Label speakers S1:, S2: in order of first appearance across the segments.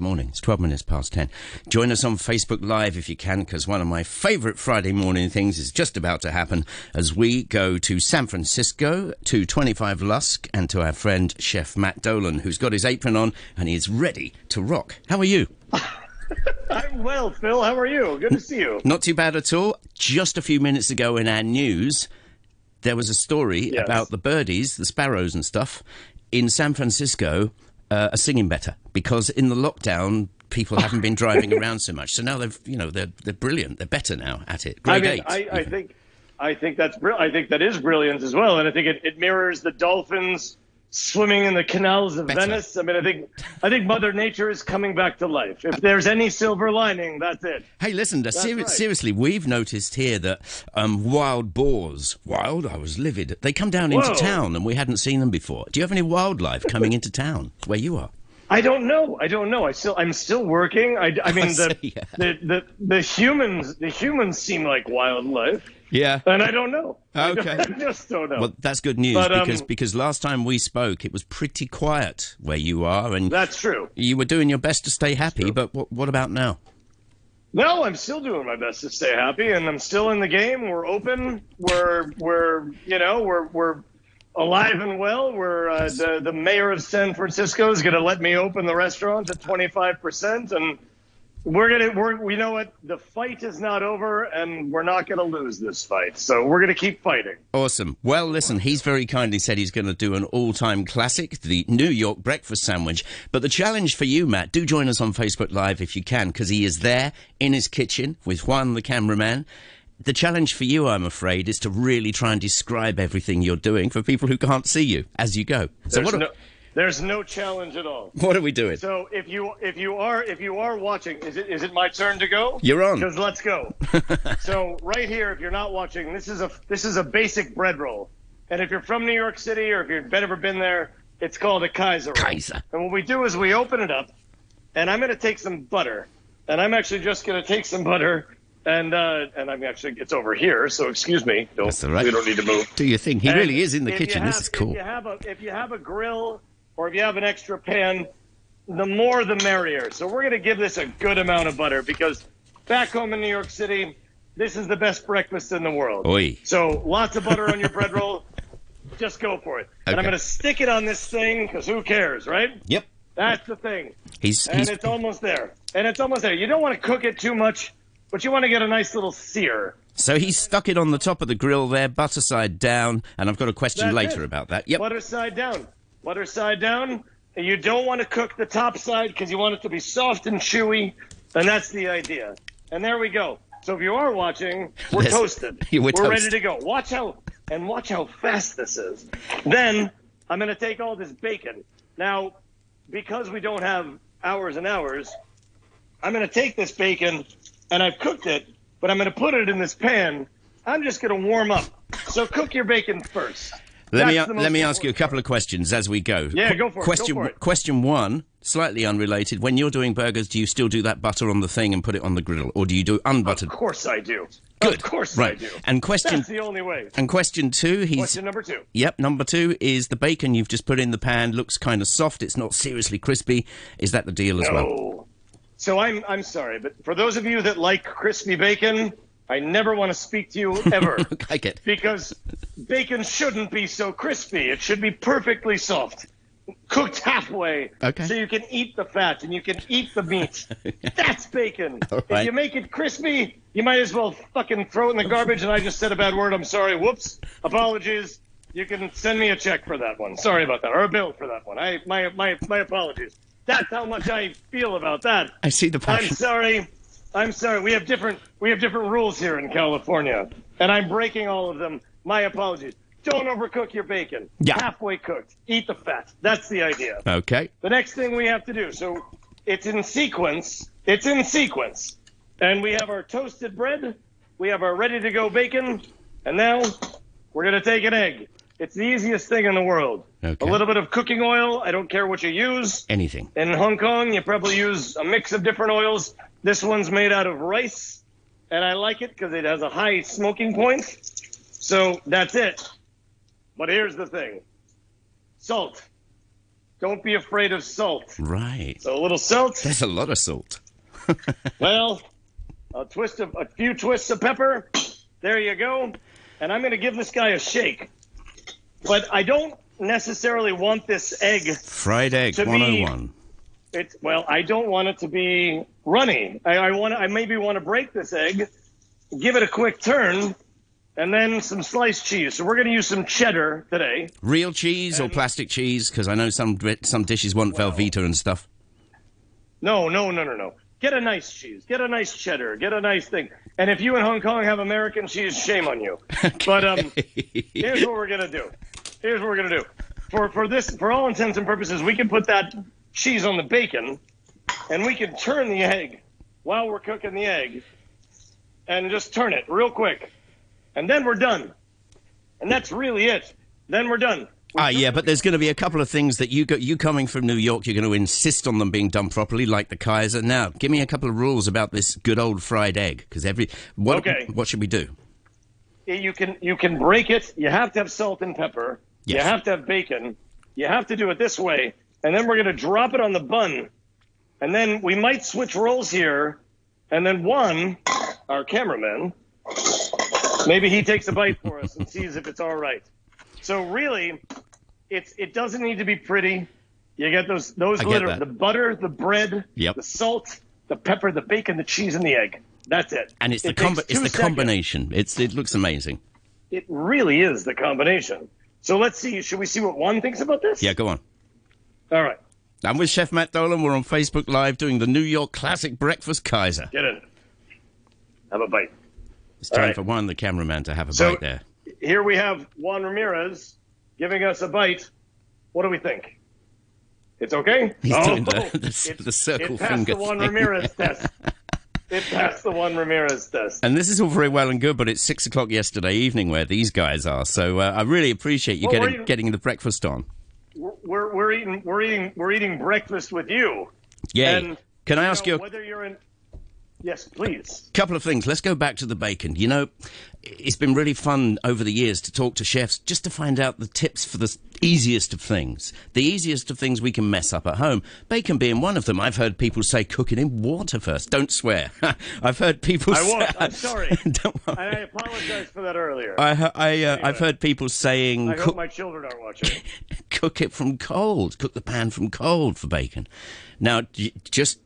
S1: morning. It's 12 minutes past 10. Join us on Facebook Live if you can, because one of my favourite Friday morning things is just about to happen as we go to San Francisco, to 25 Lusk, and to our friend Chef Matt Dolan, who's got his apron on and he's ready to rock. How are you?
S2: I'm well, Phil. How are you? Good to see you.
S1: Not too bad at all. Just a few minutes ago in our news, there was a story
S2: Yes.
S1: about the birdies, the sparrows and stuff, in San Francisco uh, are singing better because in the lockdown people haven't been driving around so much. So now they've, you know, they're they're brilliant. They're better now at it.
S2: I
S1: Grade
S2: mean,
S1: eight.
S2: I, I think, I think that's brill- I think that is brilliant as well, and I think it, it mirrors the dolphins swimming in the canals of
S1: Better.
S2: Venice. I mean, I think, I think Mother Nature is coming back to life. If there's any silver lining, that's it.
S1: Hey, listen, uh, seri-
S2: right.
S1: seriously, we've noticed here that um, wild boars, wild, I was livid, they come down into
S2: Whoa.
S1: town and we hadn't seen them before. Do you have any wildlife coming into town where you are?
S2: I don't know. I don't know. I still, I'm still working. I, I mean, the,
S1: see, yeah.
S2: the, the, the humans, the humans seem like wildlife,
S1: Yeah.
S2: and I don't know. I don't-
S1: Okay.
S2: I just don't know.
S1: Well, that's good news
S2: But, um,
S1: because because last time we spoke, it was pretty quiet where you are, and
S2: that's true.
S1: you were doing your best to stay happy. But what, what about now?
S2: No, I'm still doing my best to stay happy, and I'm still in the game. We're open. We're we're you know we're we're alive and well. We're uh, the the mayor of San Francisco is going to let me open the restaurant at 25 percent, and we're gonna we're we know what the fight is not over, and we're not going to lose this fight. So we're going to keep fighting.
S1: Awesome. Well, listen, he's very kindly said he's going to do an all-time classic, the New York breakfast sandwich. But the challenge for you, Matt, do join us on Facebook Live if you can, because he is there in his kitchen with Juan, the cameraman. The challenge for you, I'm afraid, is to really try and describe everything you're doing for people who can't see you as you go. So
S2: There's
S1: what? Are,
S2: no, there's no challenge at all.
S1: what are we doing?
S2: So if you if you are if you are watching, is it is it my turn to go?
S1: You're on.
S2: Because let's go. so right here, if you're not watching, this is a this is a basic bread roll, and if you're from New York City or if you've been- ever been there, it's called a Kaiser. roll.
S1: Kaiser.
S2: And what we do is we open it up, and I'm going to take some butter, and I'm actually just going to take some butter, and uh, and I'm actually it's over here, so excuse me. Don't,
S1: That's all right.
S2: We don't need to move.
S1: Do you think he
S2: And
S1: really is in the
S2: if you
S1: kitchen? This
S2: have-
S1: is cool.
S2: If you have a if you have a grill or if you have an extra pan, the more the merrier. So we're gonna give this a good amount of butter because back home in New York City, this is the best breakfast in the world.
S1: Oi.
S2: So lots of butter on your bread roll. Just go for it. And I'm
S1: Okay.
S2: gonna stick it on this thing because who cares, right?
S1: Yep.
S2: That's the thing.
S1: He's,
S2: And
S1: he's
S2: it's almost there. And it's almost there. You don't want to cook it too much, but you want to get a nice little sear.
S1: so he's stuck it on the top of the grill there, butter side down, and I've got a question
S2: That's
S1: later
S2: it.
S1: about that. Yep.
S2: Butter side down. Butter side down. And you don't want to cook the top side because you want it to be soft and chewy. And that's the idea. And there we go. So if you are watching, we're
S1: Yes.
S2: toasted.
S1: We're
S2: ready
S1: toast.
S2: to go. Watch how and watch how fast this is. Then I'm going to take all this bacon. Now, because we don't have hours and hours, I'm going to take this bacon and I've cooked it, but I'm going to put it in this pan. I'm just going to warm up. So cook your bacon first.
S1: Let me
S2: That's the most
S1: let me ask
S2: important
S1: you a couple of questions as we go.
S2: Yeah,
S1: Qu-
S2: go for it, go
S1: Question
S2: for it.
S1: question one, slightly unrelated. When you're doing burgers, do you still do that butter on the thing and put it on the grill, or do you do unbuttered?
S2: Of course I do.
S1: Good.
S2: Of course
S1: right.
S2: I do.
S1: And question
S2: That's the only way.
S1: and question two, he's
S2: Question number two.
S1: Yep, number two is the bacon you've just put in the pan looks kind of soft. It's not seriously crispy. Is that the deal as well?
S2: Oh. So I'm I'm sorry, but for those of you that like crispy bacon, I never want to speak to you ever.
S1: I get.
S2: because bacon shouldn't be so crispy. It should be perfectly soft. Cooked halfway.
S1: Okay.
S2: So you can eat the fat and you can eat the meat. That's bacon.
S1: All
S2: If
S1: right.
S2: you make it crispy, you might as well fucking throw it in the garbage and I just said a bad word. I'm sorry. Whoops. Apologies. You can send me a check for that one. Sorry about that. Or a bill for that one. I my my my apologies. That's how much I feel about that.
S1: I see the
S2: I'm
S1: passion.
S2: sorry. I'm sorry. We have different we have different rules here in California, and I'm breaking all of them. My apologies. Don't overcook your bacon.
S1: Yeah.
S2: Halfway cooked. Eat the fat. That's the idea.
S1: Okay.
S2: The next thing we have to do. So it's in sequence. It's in sequence. And we have our toasted bread. We have our ready to go bacon. And now we're going to take an egg. It's the easiest thing in the world.
S1: Okay.
S2: A little bit of cooking oil. I don't care what you use.
S1: Anything.
S2: In Hong Kong, you probably use a mix of different oils. This one's made out of rice, and I like it because it has a high smoking point. So that's it. But here's the thing salt. Don't be afraid of salt.
S1: Right.
S2: So a little salt.
S1: There's a lot of salt.
S2: Well, a twist of a few twists of pepper. There you go. And I'm going to give this guy a shake. But I don't necessarily want this egg
S1: Fried egg
S2: To be-
S1: 101.
S2: It's well, I don't want it to be runny. I, I want I maybe want to break this egg, give it a quick turn, and then some sliced cheese. So we're going to use some cheddar today.
S1: Real cheese or plastic cheese? Because I know some dri- some dishes want Velveeta and stuff.
S2: No, no, no, no, no. Get a nice cheese. Get a nice cheddar. Get a nice thing. And if you in Hong Kong have American cheese, shame on you. But um, here's what we're gonna do. Here's what we're gonna do. For for this, for all intents and purposes, we can put that cheese on the bacon, and we can turn the egg while we're cooking the egg, and just turn it real quick, and then we're done. And that's really it. Then we're done.
S1: Ah, yeah, but there's going to be a couple of things that you go, you coming from New York, you're going to insist on them being done properly, like the Kaiser. Now, give me a couple of rules about this good old fried egg, because every what
S2: Okay.
S1: what should we do?
S2: eh, you can you can break it. You have to have salt and pepper.
S1: Yes.
S2: You have to have bacon. You have to do it this way, and then we're gonna drop it on the bun, and then we might switch roles here, and then one, our cameraman, maybe he takes a bite for us and sees if it's all right. So really, it's it doesn't need to be pretty. You get those those
S1: I get
S2: glitter,
S1: that.
S2: the butter, the bread,
S1: Yep.
S2: the salt, the pepper, the bacon, the cheese, and the egg. That's it.
S1: And it's the
S2: It takes
S1: combi- it's
S2: two
S1: the
S2: seconds.
S1: combination. It's it looks amazing.
S2: It really is the combination. So let's see. Should we see what one thinks about this?
S1: Yeah, go on.
S2: All right.
S1: I'm with Chef Matt Dolan. We're on Facebook Live doing the New York classic breakfast Kaiser.
S2: Get in. Have a bite.
S1: It's time
S2: right.
S1: for one, the cameraman, to have a
S2: So-
S1: bite there.
S2: Here we have Juan Ramirez giving us a bite. What do we think? It's okay.
S1: He's
S2: oh,
S1: doing the- the-
S2: it-
S1: the circle
S2: it passed
S1: finger
S2: the Juan
S1: thing.
S2: Ramirez test. It passed the Juan Ramirez test.
S1: And this is all very well and good, but it's six o'clock yesterday evening where these guys are. So uh, I really appreciate you
S2: Well,
S1: getting
S2: we're-
S1: getting the breakfast on.
S2: We're, we're eating we're eating we're eating breakfast with you.
S1: Yay.
S2: And,
S1: Can I ask
S2: know,
S1: you a
S2: whether you're in? Yes, please.
S1: couple of things. Let's go back to the bacon. You know, it's been really fun over the years to talk to chefs just to find out the tips for the easiest of things, the easiest of things we can mess up at home. Bacon being one of them. I've heard people say cook it in water first. Don't swear. I've heard people.
S2: I
S1: say,
S2: won't. I'm sorry.
S1: Don't worry.
S2: And I apologize for that earlier.
S1: I, he- I, uh, I've heard people saying
S2: I
S1: cook,
S2: hope my children aren't watching.
S1: cook it from cold, cook the pan from cold for bacon. Now, j- just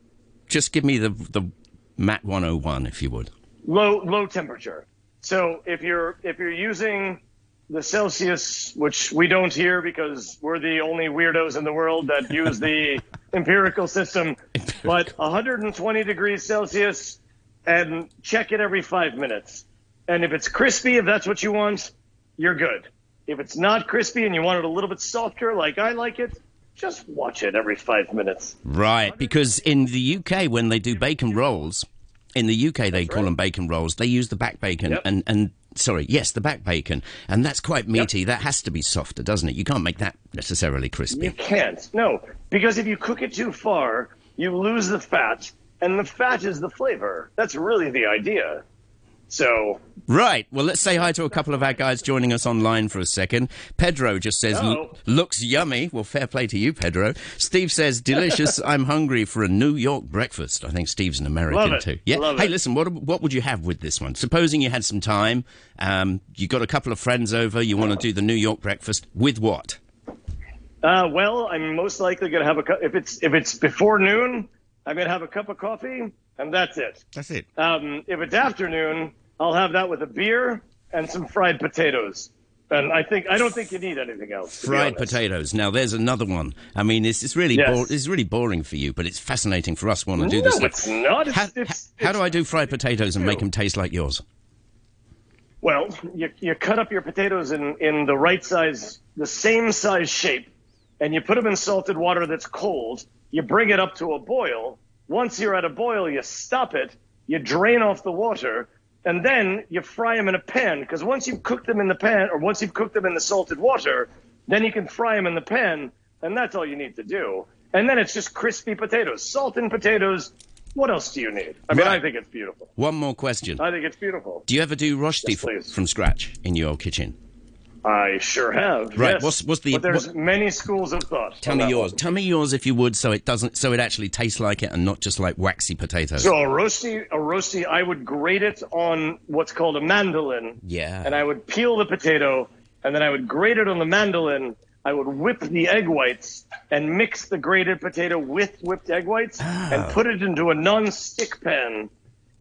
S1: just give me the the Matt 101 if you would.
S2: low low temperature. So if you're if you're using the Celsius, which we don't here because we're the only weirdos in the world that use the empirical system, but 120 degrees Celsius and check it every 5 minutes. And if it's crispy, if that's what you want, you're good. If it's not crispy and you want it a little bit softer like I like it, just watch it every 5 minutes.
S1: Right, because in the UK, when they do bacon rolls, in the UK they call them bacon rolls. They use the back bacon
S2: Yep.
S1: and and sorry, yes, the back bacon, and that's quite meaty. That has to be softer, doesn't it? You can't make that necessarily crispy.
S2: You can't. No, because if you cook it too far, you lose the fat, and the fat is the flavor. That's really the idea. So,
S1: Right. Well, let's say hi to a couple of our guys joining us online for a second. Pedro just says,
S2: Hello.
S1: looks yummy. Well, fair play to you, Pedro. Steve says, delicious. I'm hungry for a New York breakfast. I think Steve's an American
S2: Love it.
S1: too. Yeah.
S2: Love
S1: hey,
S2: it.
S1: listen, what, what would you have with this one? Supposing you had some time, um, you got a couple of friends over, you want to do the New York breakfast with what?
S2: uh, well, I'm most likely gonna have a cu- if it's if it's before noon, I'm gonna have a cup of coffee, and that's it.
S1: That's it.
S2: Um, if it's afternoon, I'll have that with a beer and some fried potatoes. And I think I don't think you need anything else. to be
S1: Fried
S2: honest.
S1: potatoes. Now, there's another one. I mean, it's, it's really
S2: Yes.
S1: bo- it's really boring for you, but it's fascinating for us. Want to do
S2: No,
S1: this? stuff.
S2: it's not. It's,
S1: How,
S2: it's,
S1: how do I do fried potatoes and make them taste like yours?
S2: Well, you, you cut up your potatoes in, in the right size, the same size shape, and you put them in salted water that's cold. You bring it up to a boil. Once you're at a boil, you stop it, you drain off the water, and then you fry them in a pan. Because once you've cooked them in the pan, or once you've cooked them in the salted water, then you can fry them in the pan, and that's all you need to do. And then it's just crispy potatoes, salt and potatoes. What else do you need? I mean,
S1: Right.
S2: I think it's beautiful.
S1: One more question.
S2: I think it's beautiful.
S1: Do you ever do rosti
S2: Yes, please.
S1: from scratch in your kitchen?
S2: I sure have.
S1: Right,
S2: yes.
S1: what's- what's the-
S2: But there's
S1: what-
S2: many schools of thought.
S1: Tell
S2: on
S1: me
S2: that
S1: yours. Tell me yours if you would, so it doesn't, so it actually tastes like it and not just like waxy potatoes.
S2: So a roasty, a roasty, I would grate it on what's called a mandolin.
S1: Yeah.
S2: And I would peel the potato, and then I would grate it on the mandolin. I would whip the egg whites and mix the grated potato with whipped egg whites
S1: Oh.
S2: and put it into a non-stick pan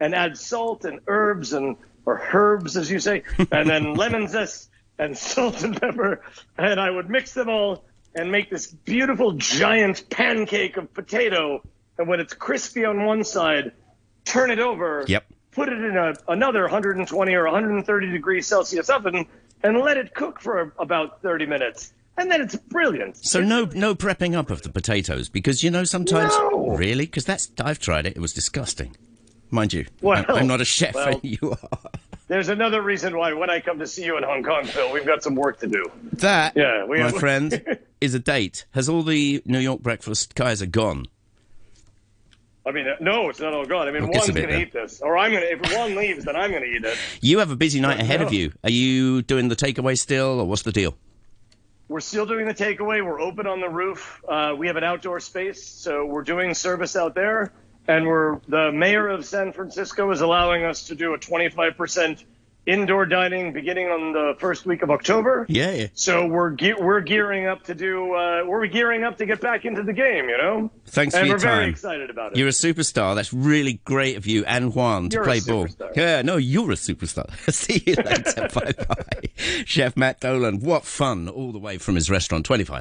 S2: and add salt and herbs and or herbs as you say and then lemon zest and salt and pepper and I would mix them all and make this beautiful giant pancake of potato and when it's crispy on one side turn it over
S1: Yep.
S2: put it in a, another 120 or 130 degree Celsius oven and let it cook for about 30 minutes and then it's brilliant
S1: So no, no prepping up of the potatoes because you know sometimes
S2: No.
S1: really because that's I've tried it. It was disgusting, mind you.
S2: Well,
S1: I'm, I'm not a chef,
S2: well-
S1: and you are.
S2: there's another reason why when I come to see you in Hong Kong Phil we've got some work to do
S1: That,
S2: Yeah, we-
S1: my friend, is a date. Has all the New York breakfast guys are gone?
S2: I mean, uh, no, it's not all gone. I mean,
S1: Well, it gets
S2: one's
S1: a bit
S2: going to
S1: there.
S2: eat this, or I'm going to. If one leaves, then I'm going to eat it.
S1: You have a busy night ahead of
S2: no.
S1: you. Are you doing the takeaway still, or what's the deal?
S2: We're still doing the takeaway. We're open on the roof. Uh, we have an outdoor space, so we're doing service out there. And we're the mayor of San Francisco is allowing us to do a 25% indoor dining beginning on the first week of October.
S1: Yeah,
S2: So we're ge- we're gearing up to do. Uh, we're gearing up to get back into the game. You know.
S1: Thanks
S2: and
S1: for your
S2: we're
S1: time.
S2: very excited about it.
S1: You're a superstar. That's really great of you and Juan to
S2: You're a
S1: play ball.
S2: superstar.
S1: Yeah, no, you're a superstar. See you later. bye bye. Chef Matt Dolan, what fun all the way from his restaurant, 25.